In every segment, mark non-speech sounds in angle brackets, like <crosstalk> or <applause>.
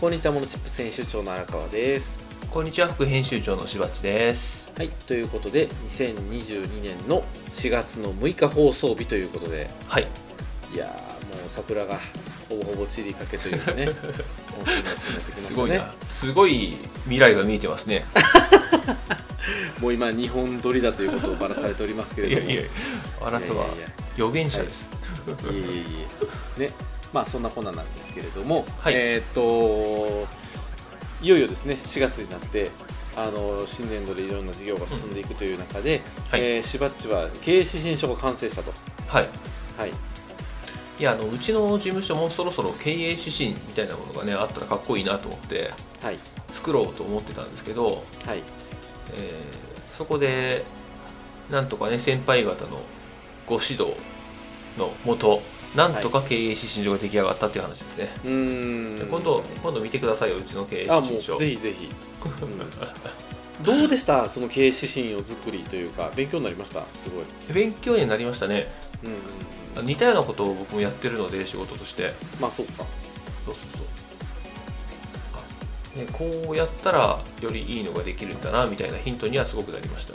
こんにちはモノチップ編集長の荒川ですこんにちは副編集長のしばちです。はいということで2022年の4月の6日放送日ということではい。いやーもう桜がほぼほぼ散りかけという <laughs> かねもう春らしくなってきますしたごいねな。すごい未来が見えてますね。もう今日本撮りだということをばらされておりますけ <laughs> いれやどもいや。あなたはいやいやいや預言者です。いえいえいえねまあそんなこんななんですけれども、はいえーっといよいよですね4月になってあの新年度でいろんな事業が進んでいくという中で、はいえーしばっちは経営指針書が完成したと、はい。はい、いやあのうちの事務所もそろそろ経営指針みたいなものがねあったらかっこいいなと思ってはい作ろうと思ってたんですけど、はいえーそこでなんとかね先輩方のご指導のもとなんとか経営指針書が出来上がったっていう話ですね。うーん今度今度見てくださいようちの経営あも指針書。うぜひぜ <laughs> ひ、うんどうでしたその経営指針を作りというか勉強になりましたすごい、勉強になりましたねうんうんうん、似たようなことを僕もやってるので仕事としてまあそうかそうそうそうあねこうやったらよりいいのができるんだなみたいなヒントにはすごくなりました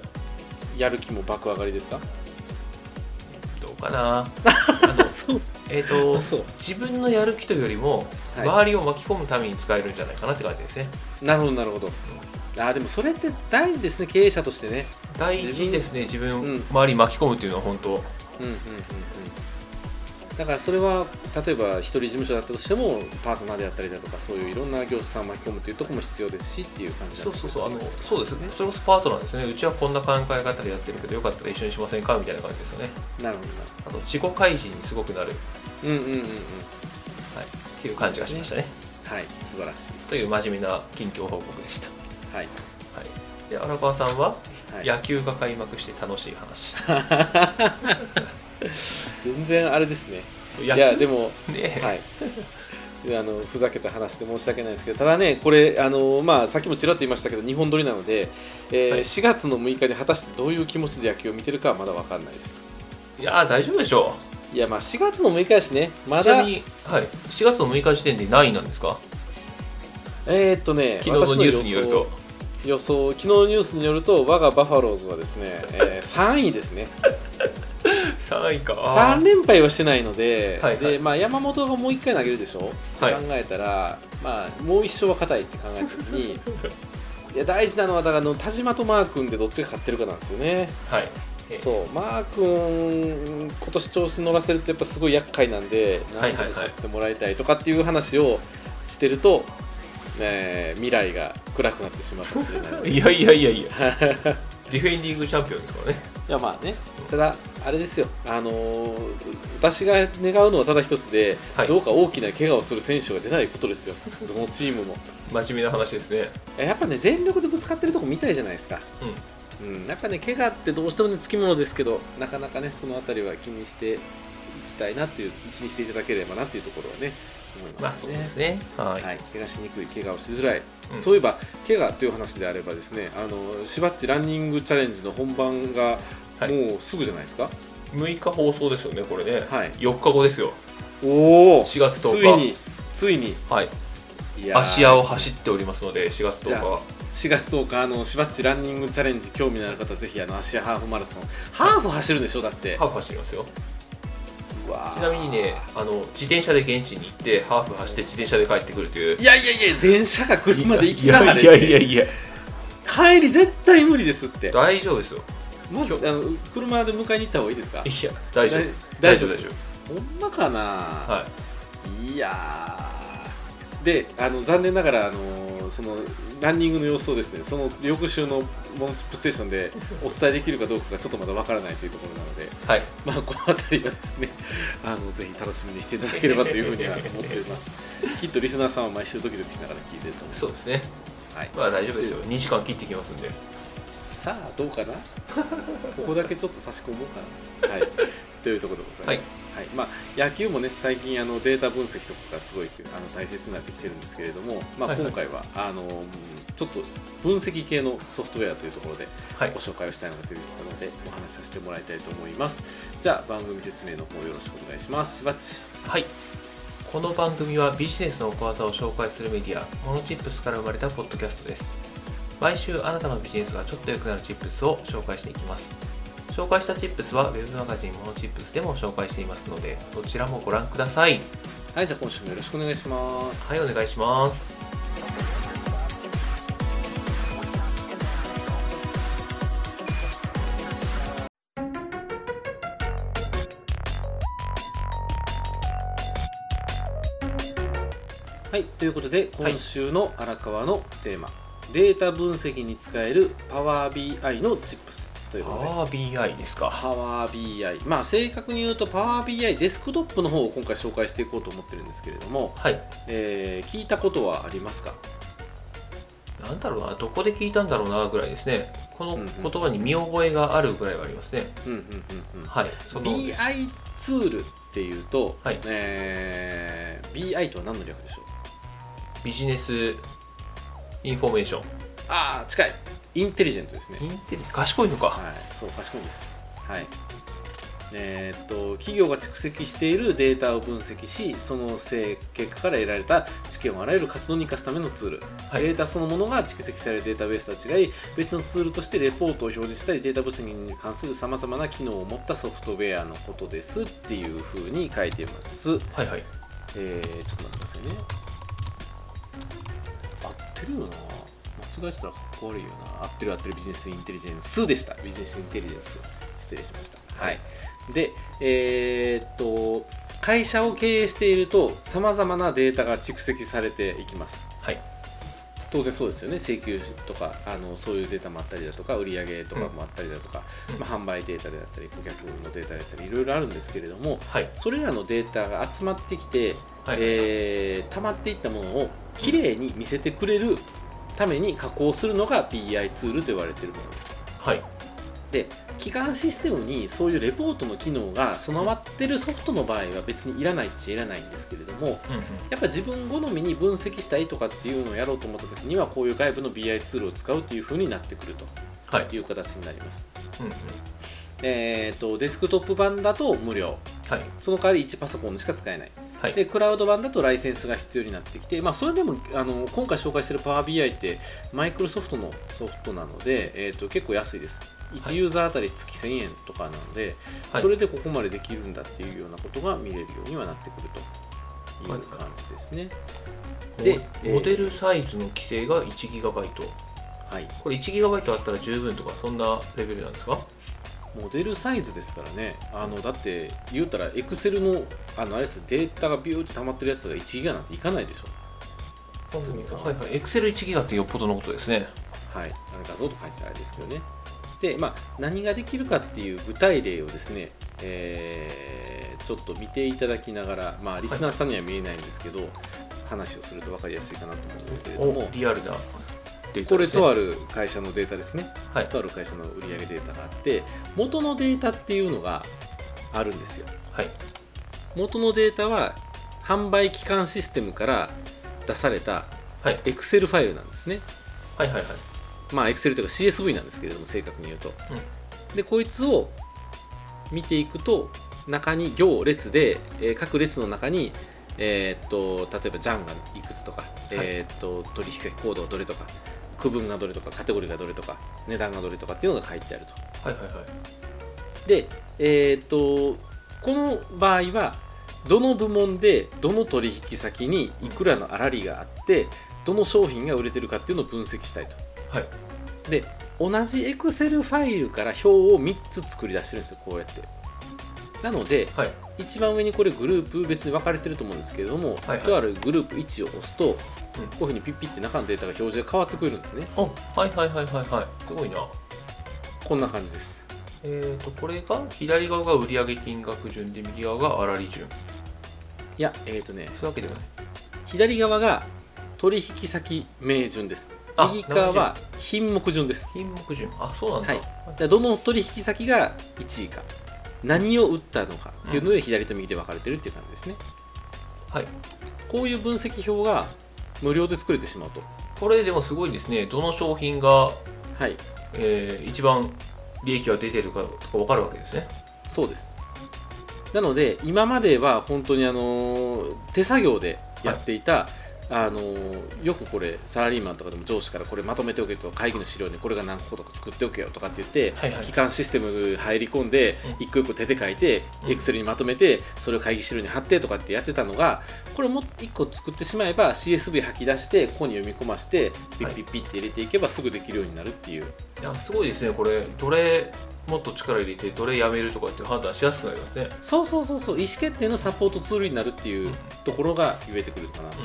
やる気も爆上がりです <laughs> かどう <laughs> かなあのそうえっ、とそう自分のやる気というよりもはい周りを巻き込むために使えるんじゃないかなって感じですね、なるほどなるほどあーでもそれって大事ですね経営者としてね大事ですね自分うん周り巻き込むっていうのは本当うんうんうんうんだからそれは例えば一人事務所だったとしてもパートナーであったりだとかそういういろんな業者さんを巻き込むというところも必要ですしっていう感じなんそうですそうねそうあのそうですねそれこそパートナーですねうちはこんな考え方でやってるけどよかったら一緒にしませんかみたいな感じですよねなるほどなあと自己開示にすごくなるうんうんうんうんはい、っていう感じがしましたね。はい素晴らしいという真面目な近況報告でした。はい、はい、で荒川さんはは、い、野球が開幕して楽しい <laughs> 話。全然あれですねいいやでもね、はいであのふざけた話で申し訳ないですけどただね、これあの、まあ、さっきもちらっと言いましたけど日本撮りなので、えーはい4月の6日に果たしてどういう気持ちで野球を見てるかはまだ分かんないです。い、や大丈夫でしょいやまあ4月の6日やしねう。まちなだみに、はい、4月の6日時点で何位なんですかえー、っとね昨日のニュースによると。私の予想予想昨日のニュースによると我がバファローズはです <laughs> ね、えー3位ですね3位か。 <laughs> 3連敗はしてないので,、はいはいでまあ、山本がもう1回投げるでしょ、はいって考えたら、まあ、もう1勝は硬いって考えた時 <laughs> にいや大事なのはだからあの田島とマー君でどっちが勝ってるかなんですよねはい。えそうマー君今年調子乗らせるとやっぱすごい厄介なんでは何いとはいかはい勝ってもらいたいとかっていう話をしてると、えー未来が暗くなってしまうかもしれないのでいやいやいやいや。ディフェンディングチャンピオンですからね。 <laughs> いやまあねただあれですよあのー私が願うのはただ一つで、はいどうか大きな怪我をする選手が出ないことですよどのチームも真面目な話ですね。やっぱね全力でぶつかってるとこ見たいじゃないですかうん。うん、やっぱね怪我ってどうしてもねつきものですけどなかなかねそのあたりは気にしていきたいなっていう気にしていただければなっていうところはね思いままあすそうね。ですね。はい。はい、怪我しにくい怪我をしづらい、うんそういえば怪我という話であればですねあのしばっちランニングチャレンジの本番がはいもうすぐじゃないですか、 6日放送ですよね、これね。はい4日後ですよ。おお4月つ10日いについにはい。いやー芦屋を走っておりますので、4月10日は。 4月10日あのしばっちランニングチャレンジ興味のある方ぜひあの芦屋ハーフマラソンハーフ走るんでしょだってハーフ走りますようわーちなみにねあの自転車で現地に行ってハーフ走って自転車で帰ってくるといういやいやいや、電車が車で行きながらいやいやいやいや帰り絶対無理ですって。大丈夫ですよまずあの車で迎えに行った方がいいですかい。や大丈夫大丈夫大丈ほんまかな。、夫はいやー。で、あの残念ながらあのーそのランニングの様子をですね、その翌週のモンスプステーションでお伝えできるかどうかがちょっとまだわからないというところなので、いはいまあこの辺りはですね、あのぜひ楽しみにしていただければというふうには思っています。きっとリスナーさんは毎週ドキドキしながら聞いてると思います。そうですねはい。まあ大丈夫ですよ2時間切ってきますんでさあどう <laughs> かなここだけちょっと差し込もうかなはいというところでございます、はいまあ、野球もね最近あのデータ分析とかがすごいあの大切になってきてるんですけれども、まあ、はいは今い回は、あのうんちょっと分析系のソフトウェアというところではいご紹介をしたいのが出てきたのでお話しさせてもらいたいと思いますじゃあ番組説明の方よろしくお願いしますしばっちはいこの番組はビジネスの小技を紹介するメディアモノチップスから生まれたポッドキャストです毎週あなたのビジネスがちょっと良くなるチップスを紹介していきます紹介したチップスはウェブマガジンモノチップスでも紹介していますのでどちらもご覧くださいはいじゃあ今週もよろしくお願いしますはいお願いしますはいということで今週の荒川のテーマ、データ分析に使えるパワー BI のチップスということでああ BI ですかパワー BI まあ正確に言うとパワー BI デスクトップの方を今回紹介していこうと思ってるんですけれども、はいえー聞いたことはありますかなんだろうなどこで聞いたんだろうなぐらいですねこのうんうん言葉に見覚えがあるぐらいはありますね、うんうんうんうんはいその BI ツールっていうと、はいえー BI とは何の略でしょうビジネスインフォメーションああ近いインテリジェントですねインテリ賢いのかはい、そう賢いんです。はい。えーっと企業が蓄積しているデータを分析しその成結果から得られた知見をあらゆる活動に生かすためのツール、はいデータそのものが蓄積されるデータベースとは違い別のツールとしてレポートを表示したりデータ分析に関するさまざまな機能を持ったソフトウェアのことですっていうふうに書いています、はいはいえー、ちょっと待ってくださいね合ってるよな間違えてたらかっこ悪いよな合ってる合ってるビジネスインテリジェンスでしたビジネスインテリジェンス失礼しましたはいでえーっと会社を経営しているとさまざまなデータが蓄積されていきますはい当然そうですよね請求書とかあのそういうデータもあったりだとか売上とかもあったりだとか、うんまあ、販売データであったり顧客のデータであったりいろいろあるんですけれどもはいそれらのデータが集まってきて、はい、えー溜まっていったものをきれいに見せてくれるために加工するのが BI ツールと言われているものです。はいで基幹システムにそういうレポートの機能が備わってるソフトの場合は別にいらないっちゃいらないんですけれどもうんうんやっぱ自分好みに分析したいとかっていうのをやろうと思った時にはこういう外部の BI ツールを使うっていう風になってくるはいという形になります。うんうんえー、とデスクトップ版だと無料はいその代わり1パソコンしか使えないはいでクラウド版だとライセンスが必要になってきて、まあ、それでもあの今回紹介している Power BI ってマイクロソフトのソフトなので、えー、と結構安いですは1いユーザーあたり月1000円とかなので、はいそれでここまでできるんだっていうようなことが見れるようにはなってくるといはいう感じですね。ででえーモデルサイズの規制が 1GB はい、これ 1GB あったら十分とかそんなレベルなんですかモデルサイズですからねあのだって言うたら Excel のあのあれですよデータがビューって溜まってるやつが1ギガなんていかないでしょ。はいそうかはいエクセル 1GB ってよっぽどのことですねはい、あの画像と書いてたらあれですけどね。で、まあ、何ができるかっていう具体例をですね、えーちょっと見ていただきながら、まあ、リスナーさんには見えないんですけど、話をすると分かりやすいかなと思うんですけれどもお、リアルなデーこタれですねとある会社のデータですね、はいとある会社の売上データがあって、元のデータっていうのがあるんですよ。はい元のデータは販売期間システムから出されたはい Excel ファイルなんですね。はいはいはいまあ、Excel というか CSV なんですけれども正確に言うと、うでこいつを見ていくと中に行列で、えー各列の中にえーっと例えばジャンがいくつとか、えーっと取引先行動どれとか区分がどれとかカテゴリーがどれとか値段がどれとかっていうのが書いてあるとはいはいはいでえーっとこの場合はどの部門でどの取引先にいくらのあらりがあってどの商品が売れてるかっていうのを分析したいとはいで同じ Excel ファイルから表を3つ作り出してるんですよこうやってなのではい一番上にこれグループ別に分かれてると思うんですけれども、はいはいとあるグループ1を押すと、こういうふうにピッピッて中のデータが表示が変わってくれるんですねおはいはいはいはいはいすごいなこんな感じですえー、とこれが左側が売上金額順で右側が粗利順いやえっ、とねそういうわけではない左側が取引先名順ですあ右側は品目順です品目順あそうなんだ、はいでどの取引先が1位か何を売ったのかっていうので左と右で分かれてるっていう感じですね、はいこういう分析表が無料で作れてしまうとこれでもすごいですねどの商品が、はいえー一番利益が出てるかとか分かるわけですねそうですなので今までは本当にあの手作業でやっていた、あのよくこれサラリーマンとかでも上司からこれまとめておけと会議の資料にこれが何個とか作っておけよとかって言って、はいはい機関システム入り込んでうん一個一個手で書いてうんエクセルにまとめてそれを会議資料に貼ってとかってやってたのがこれも一個作ってしまえば CSV 吐き出してここに読み込ましてピッピッピッって入れていけばすぐできるようになるっていういやすごいですねこれどれもっと力入れてどれやめるとかって判断しやすくなりますねそうそうそうそう意思決定のサポートツールになるっていううんところが言えてくるのかなと、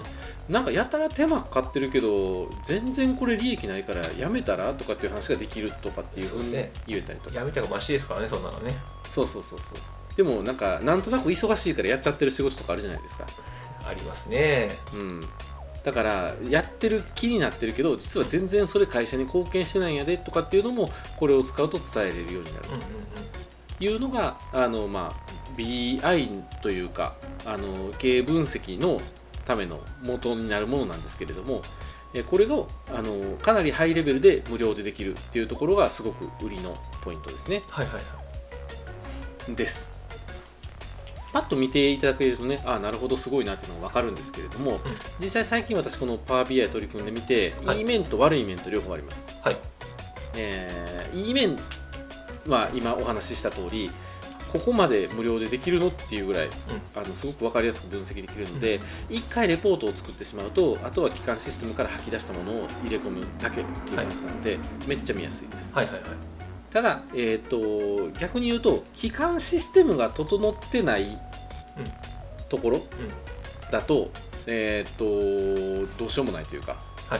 なんかやたら手間かかってるけど全然これ利益ないからやめたらとかっていう話ができるとかっていうふうそうにですね言えたりとかやめたがマシですからねそんなのねそうそうそうそうでもなんかなんとなく忙しいからやっちゃってる仕事とかあるじゃないですかありますねうんだからやってる気になってるけど実は全然それ会社に貢献してないんやでとかっていうのもこれを使うと伝えれるようになるうんうんうんいうのがあの、まあ、BI というかあの経営分析のための元になるものなんですけれどもえこれをあのかなりハイレベルで無料でできるっていうところがすごく売りのポイントですねはいはいはいですパッと見ていただけるとねああなるほどすごいなっていうのが分かるんですけれども、実際最近私この PowerBI 取り組んでみて、、はいいい面と悪い面と両方ありますはいえー、いい面は今お話しした通りここまで無料でできるのっていうぐらい、あのすごく分かりやすく分析できるので、一1回レポートを作ってしまうとあとは基幹システムから吐き出したものを入れ込むだけっていう感じなので、めっちゃ見やすいです、はいはいはいただ、えー、と逆に言うと基幹システムが整ってないところうんだと,、えー、とどうしようもないというかは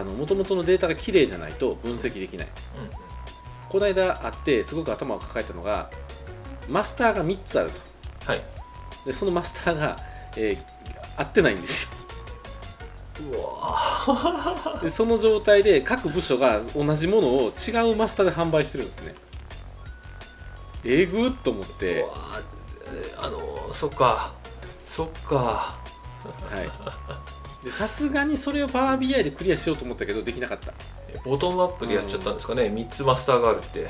いもともとのデータが綺麗じゃないと分析できないうんうんこの間あってすごく頭を抱えたのがマスターが3つあるとはいでそのマスターが、えー合ってないんです <laughs> ようわーでその状態で各部署が同じものを違うマスターで販売してるんですねえぐっと思っうてわーえーあのーそっかそっかはいでさすがにそれを Power BI でクリアしようと思ったけどできなかったえボトムアップでやっちゃったんですかね、三3つマスターがあるってい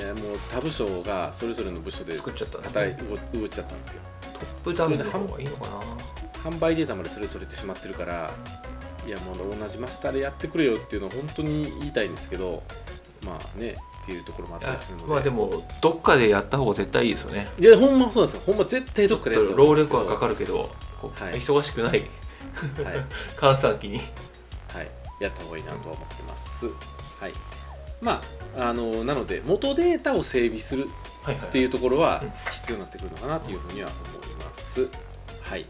やもう他部署がそれぞれの部署で作っちゃったんですね働いて動っちゃったんですよトップダウンの方がいいのかな販売データまでそれ取れてしまってるからいやもう同じマスターでやってくれよっていうのは本当に言いたいんですけどまあねっていうところもあったりするのでまあでもどっかでやった方が絶対いいですよねいやほんまそうなんですよほんま絶対どっかでやった労力はかかるるけどこうはい忙しくないはい、は閑散期にい、やった方がいいなとは思ってますはいまああのなので元データを整備するはいっはていいうところはうん必要になってくるのかなというふうには思います。はい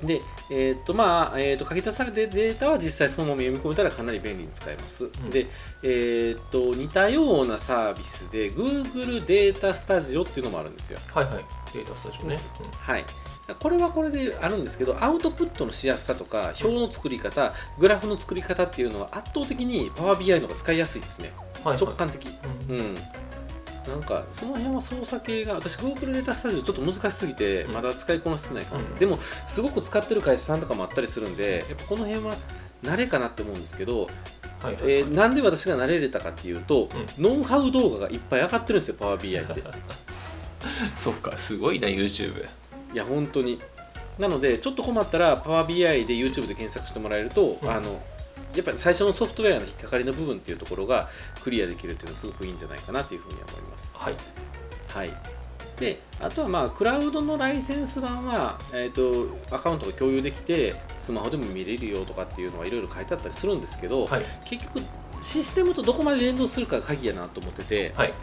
で、えーっとまあえーっと書き足されてデータは実際そのまま読み込めたらかなり便利に使えます。んで、えーっと似たようなサービスで Google データスタジオっていうのもあるんですよ。はいはいデータスタジオね、はいこれはこれであるんですけどアウトプットのしやすさとか表の作り方グラフの作り方っていうのは圧倒的に Power BI の方が使いやすいですねうんはい直は感的い、ううんん、なんかその辺は操作系が私 Google データスタジオちょっと難しすぎてうんまだ使いこなせてない感じ、うんでもすごく使ってる会社さんとかもあったりするんでやっぱこの辺は慣れかなって思うんですけど、はいはいえーなんで私が慣れれたかっていうと、ノウハウ動画がいっぱい上がってるんですよ PowerBI <laughs> ってそっかすごいな YouTube いや本当になのでちょっと困ったら PowerBI で YouTube で検索してもらえると、うんあのやっぱり最初のソフトウェアの引っかかりの部分っていうところがクリアできるっていうのはすごくいいんじゃないかなというふうには思いますはいはい、であとはまあクラウドのライセンス版は、えー、とアカウントが共有できてスマホでも見れるよとかっていうのはいろいろ書いてあったりするんですけど、はい結局システムとどこまで連動するかが鍵やなと思っててはい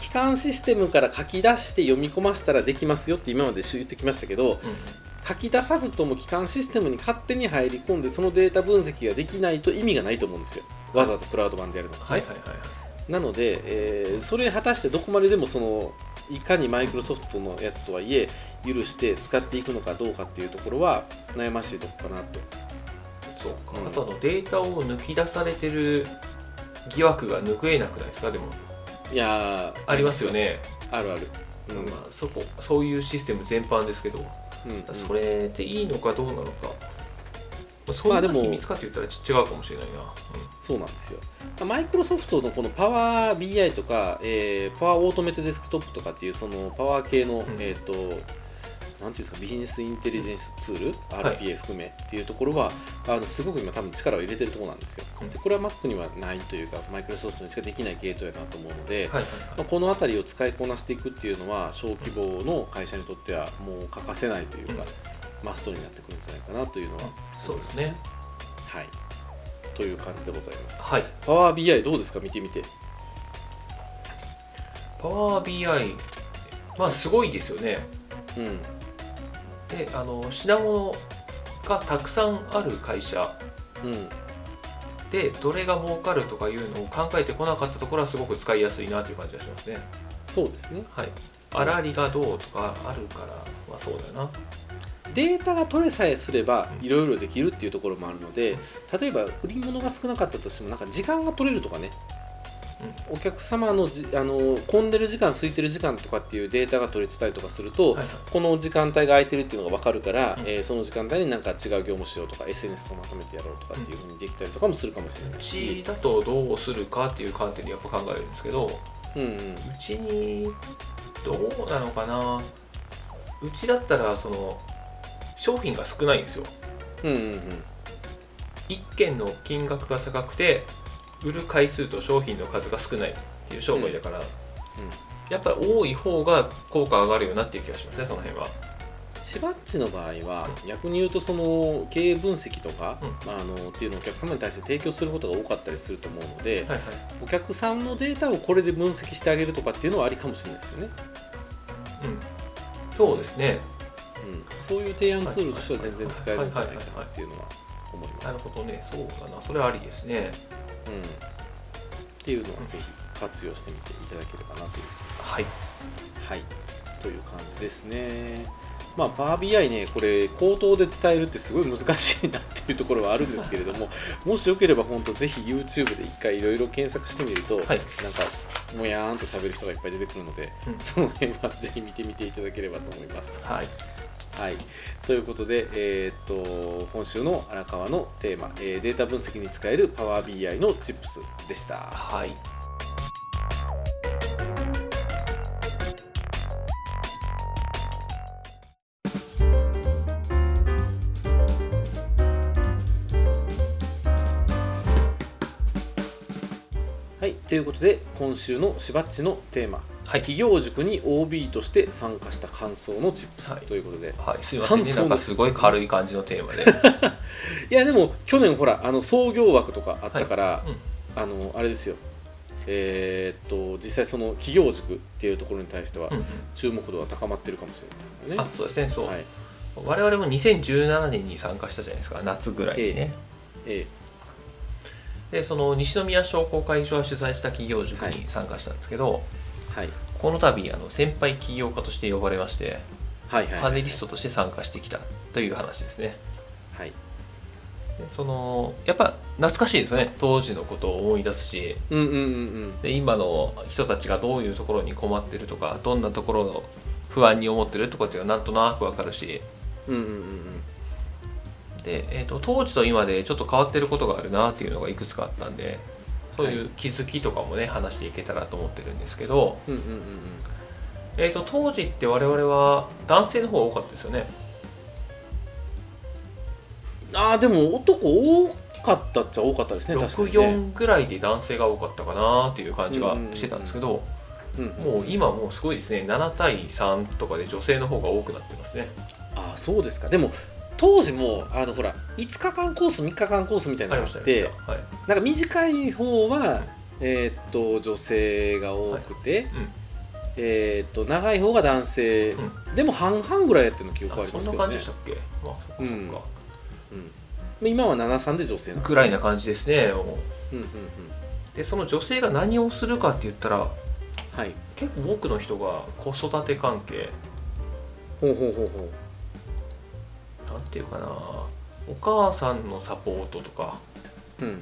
基幹システムから書き出して読み込ませたらできますよって今まで言ってきましたけどうん書き出さずとも基幹システムに勝手に入り込んでそのデータ分析ができないと意味がないと思うんですよわざわざクラウド版でやるのがねはいはいはいはいなので、えーそれ果たしてどこまででもそのいかにマイクロソフトのやつとはいえ許して使っていくのかどうかっていうところは悩ましいとこかなとそうか、うんあとあのデータを抜き出されてる疑惑が拭えなくないですかでもいやーありますよね、あるあるうんうんまあ、そこそういうシステム全般ですけど、うんそれでいいのかどうなのかあ、そんまあなでも秘密かって言ったらち違うかもしれないな、そうなんですよ。マイクロソフトのこのパワー BI とか、えーパワーオートメイトデスクトップとかっていうそのパワー系の、んえっ、と、なんていうんですか、ビジネスインテリジェンスツール、はい RPA 含めっていうところは、あのすごく今多分力を入れてるところなんですよ。うんで、これは Mac にはないというか、マイクロソフトにしかできないゲートやなと思うので、うんはいはいまはあこの辺りを使いこなしていくっていうのは小規模の会社にとってはもう欠かせないというか、マストになってくるんじゃないかなというのは、い、そうですねはい、という感じでございます。はいパワー BI どうですか見てみて。パワー BI まあすごいですよねうん。であの品物がたくさんある会社うん。でどれが儲かるとかいうのを考えてこなかったところはすごく使いやすいなという感じがしますねそうですね。はいあらりがどうとかあるからまあそうだよなデータが取れさえすればうんいろいろできるっていうところもあるので、例えば売り物が少なかったとしてもなんか時間が取れるとかね。お客様のじあの混んでる時間空いてる時間とかっていうデータが取れてたりとかすると、はいはいこの時間帯が空いてるっていうのが分かるから、うんえーその時間帯になんか違う業務しようとか SNS とかまとめてやろうとかっていうふうにできたりとかもするかもしれうないちし、だとどうするかっていう観点でやっぱ考えるんですけどううんうん、ちにどうなのかなうちだったらその商品が少ないんですようんうんうん1件の金額が高くて売る回数と商品の数が少ないっていう商売だから、やっぱり多い方が効果上がるよなっていう気がしますねその辺はしばっちの場合は逆に言うとその経営分析とか、うあのっていうのをお客様に対して提供することが多かったりすると思うので、はいはいお客さんのデータをこれで分析してあげるとかっていうのはありかもしれないですよね、うんそうですねうん、そういう提案ツールとしては全然使えるんじゃないかなっていうのは思いまなるす、ほどねそうだなそれはありですねうん、っていうのはぜひ活用してみていただければなというはいはい、という感じですね。まあ、バー BI ね、これ、口頭で伝えるってすごい難しいなっていうところはあるんですけれど <laughs> も、もしよければ、本当、ぜひ YouTube で一回いろいろ検索してみると、はいなんか、もやーんと喋る人がいっぱい出てくるので、うんその辺はぜひ見てみていただければと思います。はいはい、ということで、えーっと今週の荒川のテーマ、えーデータ分析に使える PowerBI のチップスでした。はいはい、ということで今週のしばっちのテーマ、企業塾に OB として参加した感想のチップスはいということで、い、はい、すいませんね感想なんかすごい軽い感じのテーマで、うやでも去年ほらあの創業枠とかあったから、ん、あのあれですよえーっと実際その企業塾っていうところに対してはうん注目度が高まってるかもしれないですけどうん、あね、そうですねそう、はい我々も2017年に参加したじゃないですか夏ぐらいにね、えでその西宮商工会議所が主催した企業塾はいに参加したんですけど、えはい、この度あの先輩起業家として呼ばれましてはいはいパはいネリストとして参加してきたという話ですねはいでそのやっぱ懐かしいですよね当時のことを思い出すしうんうんうんで今の人たちがどういうところに困ってるとかどんなところの不安に思ってるとかっていうのはなんとなくわかるしうんうんうんうんで、えー、と当時と今でちょっと変わってることがあるなっていうのがいくつかあったんでそういう気づきとかもね話していけたらと思ってるんですけど、うんうんうんうんえー、と当時って我々は男性の方が多かったですよねああでも男多かったっちゃ多かったですね確かにね、 64ぐらいで男性が多かったかなっていう感じがしてたんですけど、うんうんもう今もうすごいですね7対3とかで女性の方が多くなってますねああそうですかでも当時もあのほら5日間コース3日間コースみたいあなりのがましあたっねてはい、なんか短い方は、えーっと女性が多くて、えーっと長い方が男性、うでも半々ぐらいやってるの記憶ありあまそすんけなど感じねでしたっけ、まあそっかそっうんか、うん、今は73で女性なんですぐらいな感じですねもうんうんうんうでその女性が何をするかって言ったらはい結構多くの人が子育て関係ほうほうほうほうなんていうかなお母さんのサポートとかうん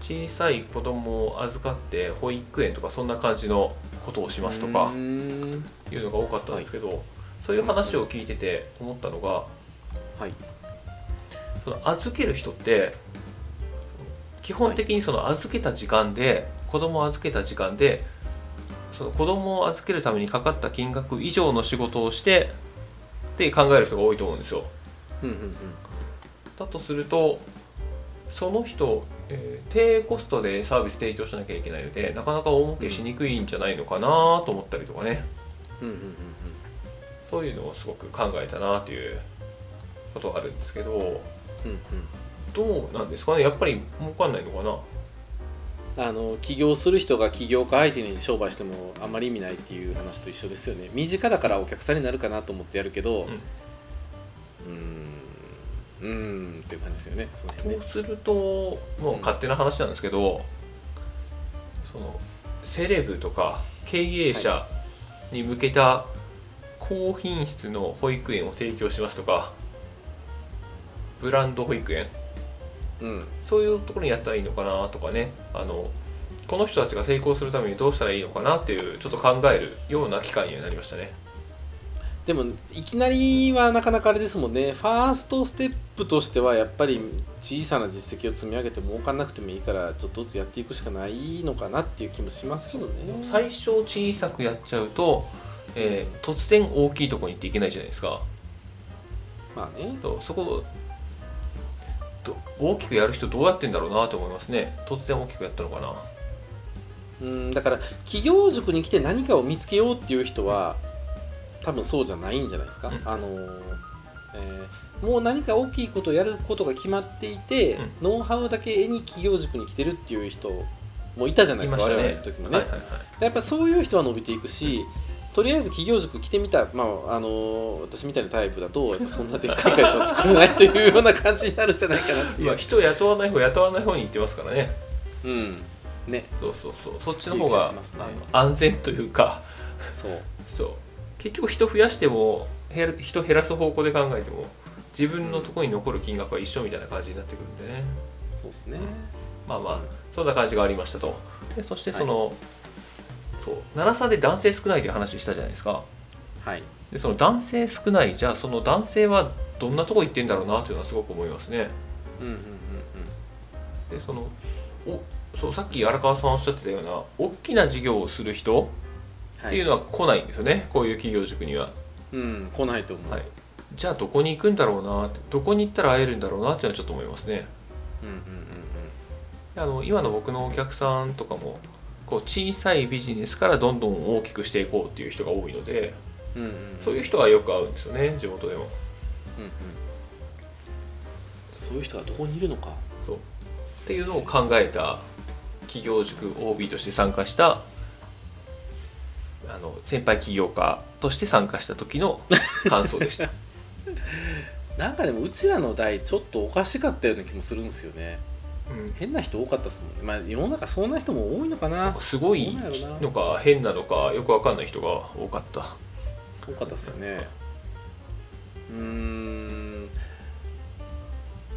小さい子供を預かって保育園とかそんな感じのことをしますとうかーんいうのが多かったんですけど、そういう話を聞いてて思ったのがはいその預ける人って基本的にその預けた時間で子供を預けた時間でその子供を預けるためにかかった金額以上の仕事をしてって考える人が多いと思うんですよ。うんうんうんだとするとその人、えー低コストでサービス提供しなきゃいけないのでなかなか大儲けしにくいんじゃないのかなと思ったりとかねうんうんうんそういうのをすごく考えたなということがあるんですけどうんうんどうなんですかねやっぱり儲かんないのかなあの起業する人が起業家相手に商売してもあんまり意味ないっていう話と一緒ですよね身近だからお客さんになるかなと思ってやるけどうーんうーんっていう感じですよねその辺そうねするともう勝手な話なんですけど、そのセレブとか経営者に向けた高品質の保育園を提供しますとかブランド保育園うんそういうところにやったらいいのかなとかねあのこの人たちが成功するためにどうしたらいいのかなっていうちょっと考えるような機会にはなりましたね。でもいきなりはなかなかあれですもんねファーストステップとしてはやっぱり小さな実績を積み上げて儲かんなくてもいいからちょっとずつやっていくしかないのかなっていう気もしますけどね最初小さくやっちゃうと、えー突然大きいところに行っていけないじゃないですか。まあねとそこをど大きくやる人どうやってんだろうなと思いますね突然大きくやったのかなうんだから企業塾に来て何かを見つけようっていう人は多分そうじゃないんじゃないですか、うんあのーえーもう何か大きいことをやることが決まっていて、うんノウハウだけに企業塾に来てるっていう人もいたじゃないですか、我々の時もね、はいはいはいやっぱそういう人は伸びていくし、とりあえず企業塾来てみた、まああのー私みたいなタイプだとやっぱそんなでっかい会社を作れないというような感じになるんじゃないかな <laughs> ってい今う。人を雇わない方雇わない方に行ってますからねうん、ねそうそうそうそっちの方がいい気がしますねあの安全というかそうそう結局人増やしても減る人減らす方向で考えても自分のところに残る金額は一緒みたいな感じになってくるんでねそうですね。まあまあそんな感じがありましたとでそしてその、そう7差で男性少ないという話したじゃないですかはいでその男性少ないじゃあその男性はどんなとこ行ってんだろうなというのはすごく思いますねうんうんうんでそのおそうさっき荒川さんおっしゃってたような大きな事業をする人うんっていうのは来ないんですよね、こういう企業塾には、うん、来ないと思う、はい、じゃあどこに行くんだろうなってどこに行ったら会えるんだろうなっていうのはちょっと思いますねうんうんうんあの今の僕のお客さんとかもこう小さいビジネスからどんどん大きくしていこうっていう人が多いのでうんうんうんそういうう、人はよく会うんですよね地元でもうんうん、そういう人がどこにいるのかそうっていうのを考えた企業塾 OB として参加したあの先輩起業家として参加した時の感想でした <laughs> なんかでもうちらの代ちょっとおかしかったような気もするんですよねうん変な人多かったですもんねまあ世の中そんな人も多いのかなすごいのか変なのかよくわかんない人が多かった多かったですよねうーん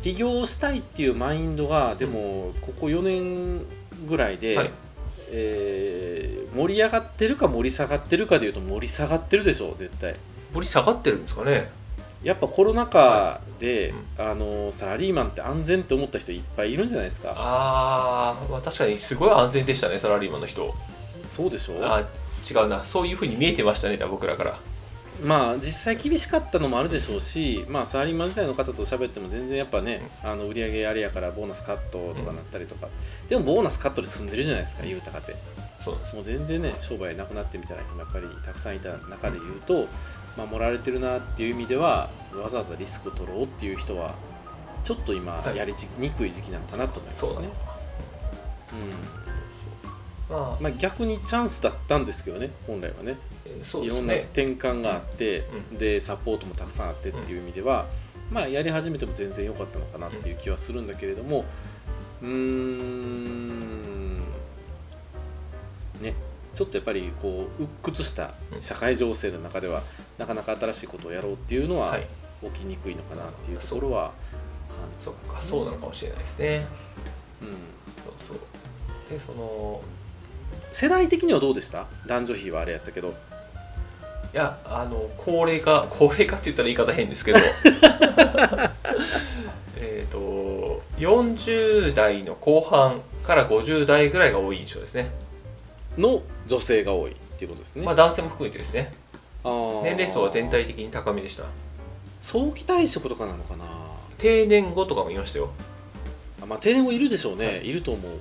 起業したいっていうマインドがでもここ4年ぐらいで、はいえー盛り上がってるか盛り下がってるかでいうと盛り下がってるでしょ絶対盛り下がってるんですかねやっぱコロナ禍で、あのサラリーマンって安全って思った人いっぱいいるんじゃないですかあー、まあ確かにすごい安全でしたねサラリーマンの人そうでしょあー違うなそういうふうに見えてましたね僕らからまあ実際厳しかったのもあるでしょうし、まあ、サラリーマン時代の方と喋っても全然やっぱねあの売り上げあれやからボーナスカットとかなったりとか、でもボーナスカットで済んでるじゃないですか言うたかてそうなんですもう全然ね商売なくなってみたいな人もやっぱりたくさんいた中で言うと、まあ、盛られてるなっていう意味ではわざわざリスクを取ろうっていう人はちょっと今はいやりじにくい時期なのかなと思いまそうすだねね、うんまあまあ、逆にチャンスだったんですけどね本来はねえーそういですろんなね転換があって、うんでサポートもたくさんあってっていう意味では、まあやり始めても全然良かったのかなっていう気はするんだけれどもうーんねちょっとやっぱりこう鬱屈した社会情勢の中では、なかなか新しいことをやろうっていうのははい起きにくいのかなっていうところは感じそっます、かそうなのかもしれないですねうんそうそうでその世代的にはどうでした男女比はあれやったけどいやあの高齢化高齢化って言ったら言い方変ですけ <laughs> どえっと40代の後半から50代ぐらいが多い印象ですねの女性が多いっていうことですね、まあ男性も含めてですねあー年齢層は全体的に高めでした早期退職とかなのかな定年後とかもいましたよあまあ定年後いるでしょうね、い、ると思ううん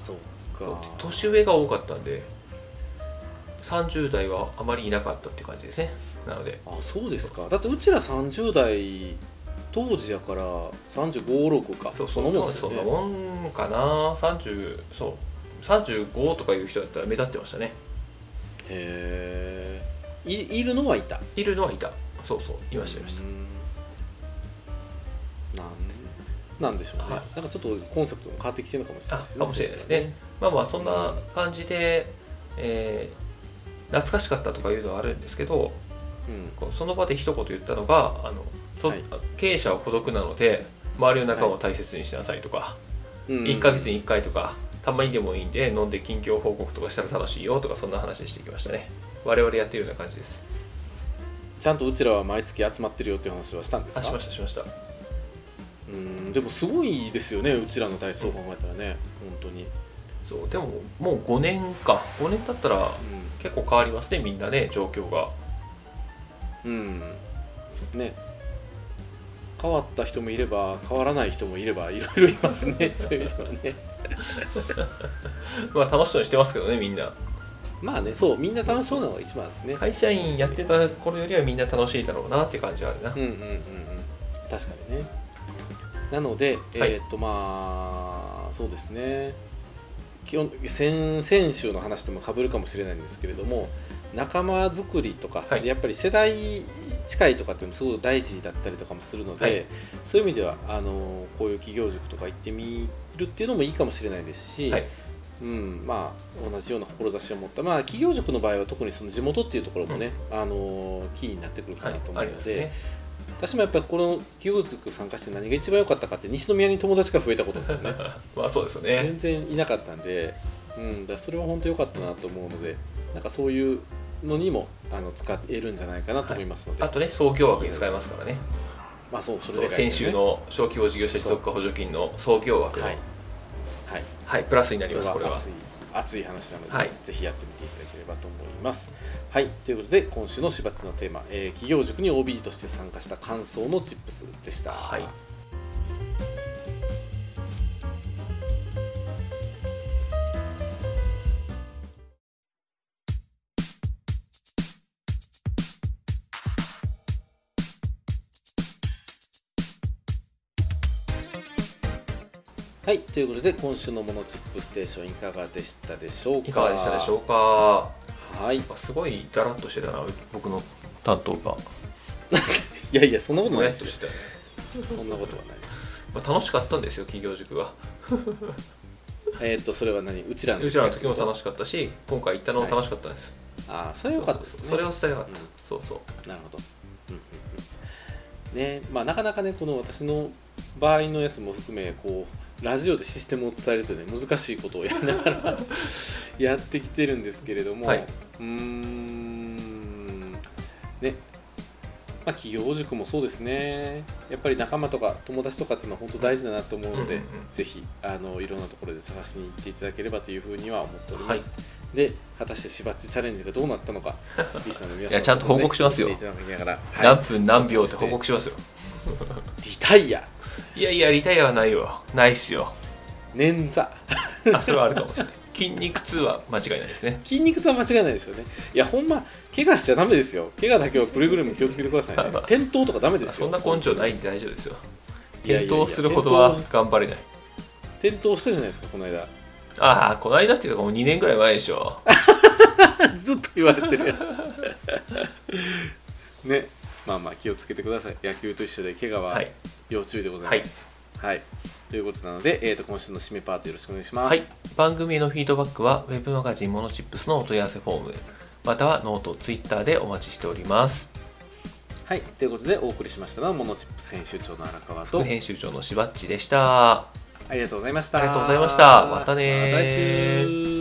そうか年上が多かったんで30代はあまりいなかったっていう感じですねなのであそうですかだってうちら30代当時やから3556かそうのもんですそよんなねもんかな30そう35とかいう人だったら目立ってましたねへえいいるのはいたいるのはいたそうそういましたいましたうんなんなんでしょうね、はいなんかちょっとコンセプトも変わってきてるのかもしれあないですねかもしれないですねまあまあそんな感じで、えー懐かしかったとかいうのはあるんですけどうんこうその場で一言言ったのがあのとはい経営者は孤独なので周りの仲間を大切にしなさいとか、うん1ヶ月に1回とかたまにでもいいんで飲んで近況報告とかしたら楽しいよとかそんな話していきましたね我々やってるような感じですちゃんとうちらは毎月集まってるよっていう話はしたんですあかしましたしましたうんでもすごいですよねうちらの体操を考えたらね、本当に、そうでももう5年か5年経ったら結構変わりますねみんなね状況がうん、ね変わった人もいれば変わらない人もいればいろいろいますね <laughs> そういう意味ではねまあ楽しそうにしてますけどねみんなまあねそうみんな楽しそうなのが一番ですね、会社員やってた頃よりはみんな楽しいだろうなって感じはあるな、うんうんうんうん確かにねなのでえはいーっ、とまあそうですね基本先先週の話ともかぶるかもしれないんですけれども仲間作りとか、はいやっぱり世代近いとかっていうのもすごく大事だったりとかもするので、はいそういう意味ではあのこういう企業塾とか行ってみるっていうのもいいかもしれないですし、はいうんまあ、同じような志を持った、まあ、企業塾の場合は特にその地元っていうところもね、あのキーになってくるかはないと思あうりのますで、ね私もやっぱりこの企業塾参加して何が一番良かったかって西宮に友達が増えたことですよね <laughs> まあそうですよね全然いなかったんで、うん、だからそれは本当良かったなと思うのでなんかそういうのにもあの使えるんじゃないかなと思いますので、あとね創業枠に使えますからねまあそうそれでかいで先すよ週ねの小規模事業者持続化補助金の創業枠のははいい、はいプラスになりそれますこれはは熱い熱い話なので、はいぜひやってみていただければと思います。はい、ということで今週の「しばつ」のテーマ、えー企業塾に OB として参加した感想のチップスでした。はいはい、ということで今週の「モノチップステーション」いかがでしたでしょうかいかがでしたでしょうかうはい <laughs> いすごいだらっとしてたな僕の担当がやいやそんなこともないやでっとすよ <laughs> してた、そんなことはないですまあ、楽しかったんですよ企業塾はえーっとそれは何うちらのうちらの時も楽ししかったし今回行ったのも楽しかったんです、ああそれは良かったですねそれを伝えなかった、うんそうそうなるほど。うんうんうんねまあ、なかなかねこの私の場合のやつも含めこうラジオでシステムを伝えるというね難しいことをやりなが <laughs> らやってきてるんですけれども、はいうーんねまあ、企業塾もそうですねやっぱり仲間とか友達とかっていうのは本当大事だなと思うので、うんうんうんぜひあのいろんなところで探しに行っていただければというふうには思っております。で果たしてしばっちチャレンジがどうなったの <laughs> かリスナーの皆さんいやちゃんと報告しますよ教えていただきながら、はい何分何秒って報告しますよリタイアいやいやリタイアはないよないっすよ捻挫あそれはあるかもしれ <laughs> ない筋肉痛は間違いないですね筋肉痛は間違いないでしょうねいやほんま怪我しちゃダメですよ怪我だけはくれぐれも気をつけてくだ <laughs> さいね転倒とかダメですそよんな根性ないんで大丈夫ですよいやいや転いや倒するほどは転倒頑張れない転倒したじゃないですかこの間 <laughs> ああこの間っていうかもう2年ぐらい前でしょずっと言われてるやつ <laughs> ねまあまあ気をつけてください野球と一緒で怪我ははい要注意でござはいいますはい、ということなので、えー、と今週の締めパートよろしくお願いしますはい、番組へのフィードバックはウェブマガジンモノチップスのお問い合わせフォームまたはノート、ツイッターでお待ちしております。はい、ということでお送りしましたのはモノチップ選手長の荒川と副編集長のしばっちでした。ありがとうございました。ありがとうございましたまたねーまた来週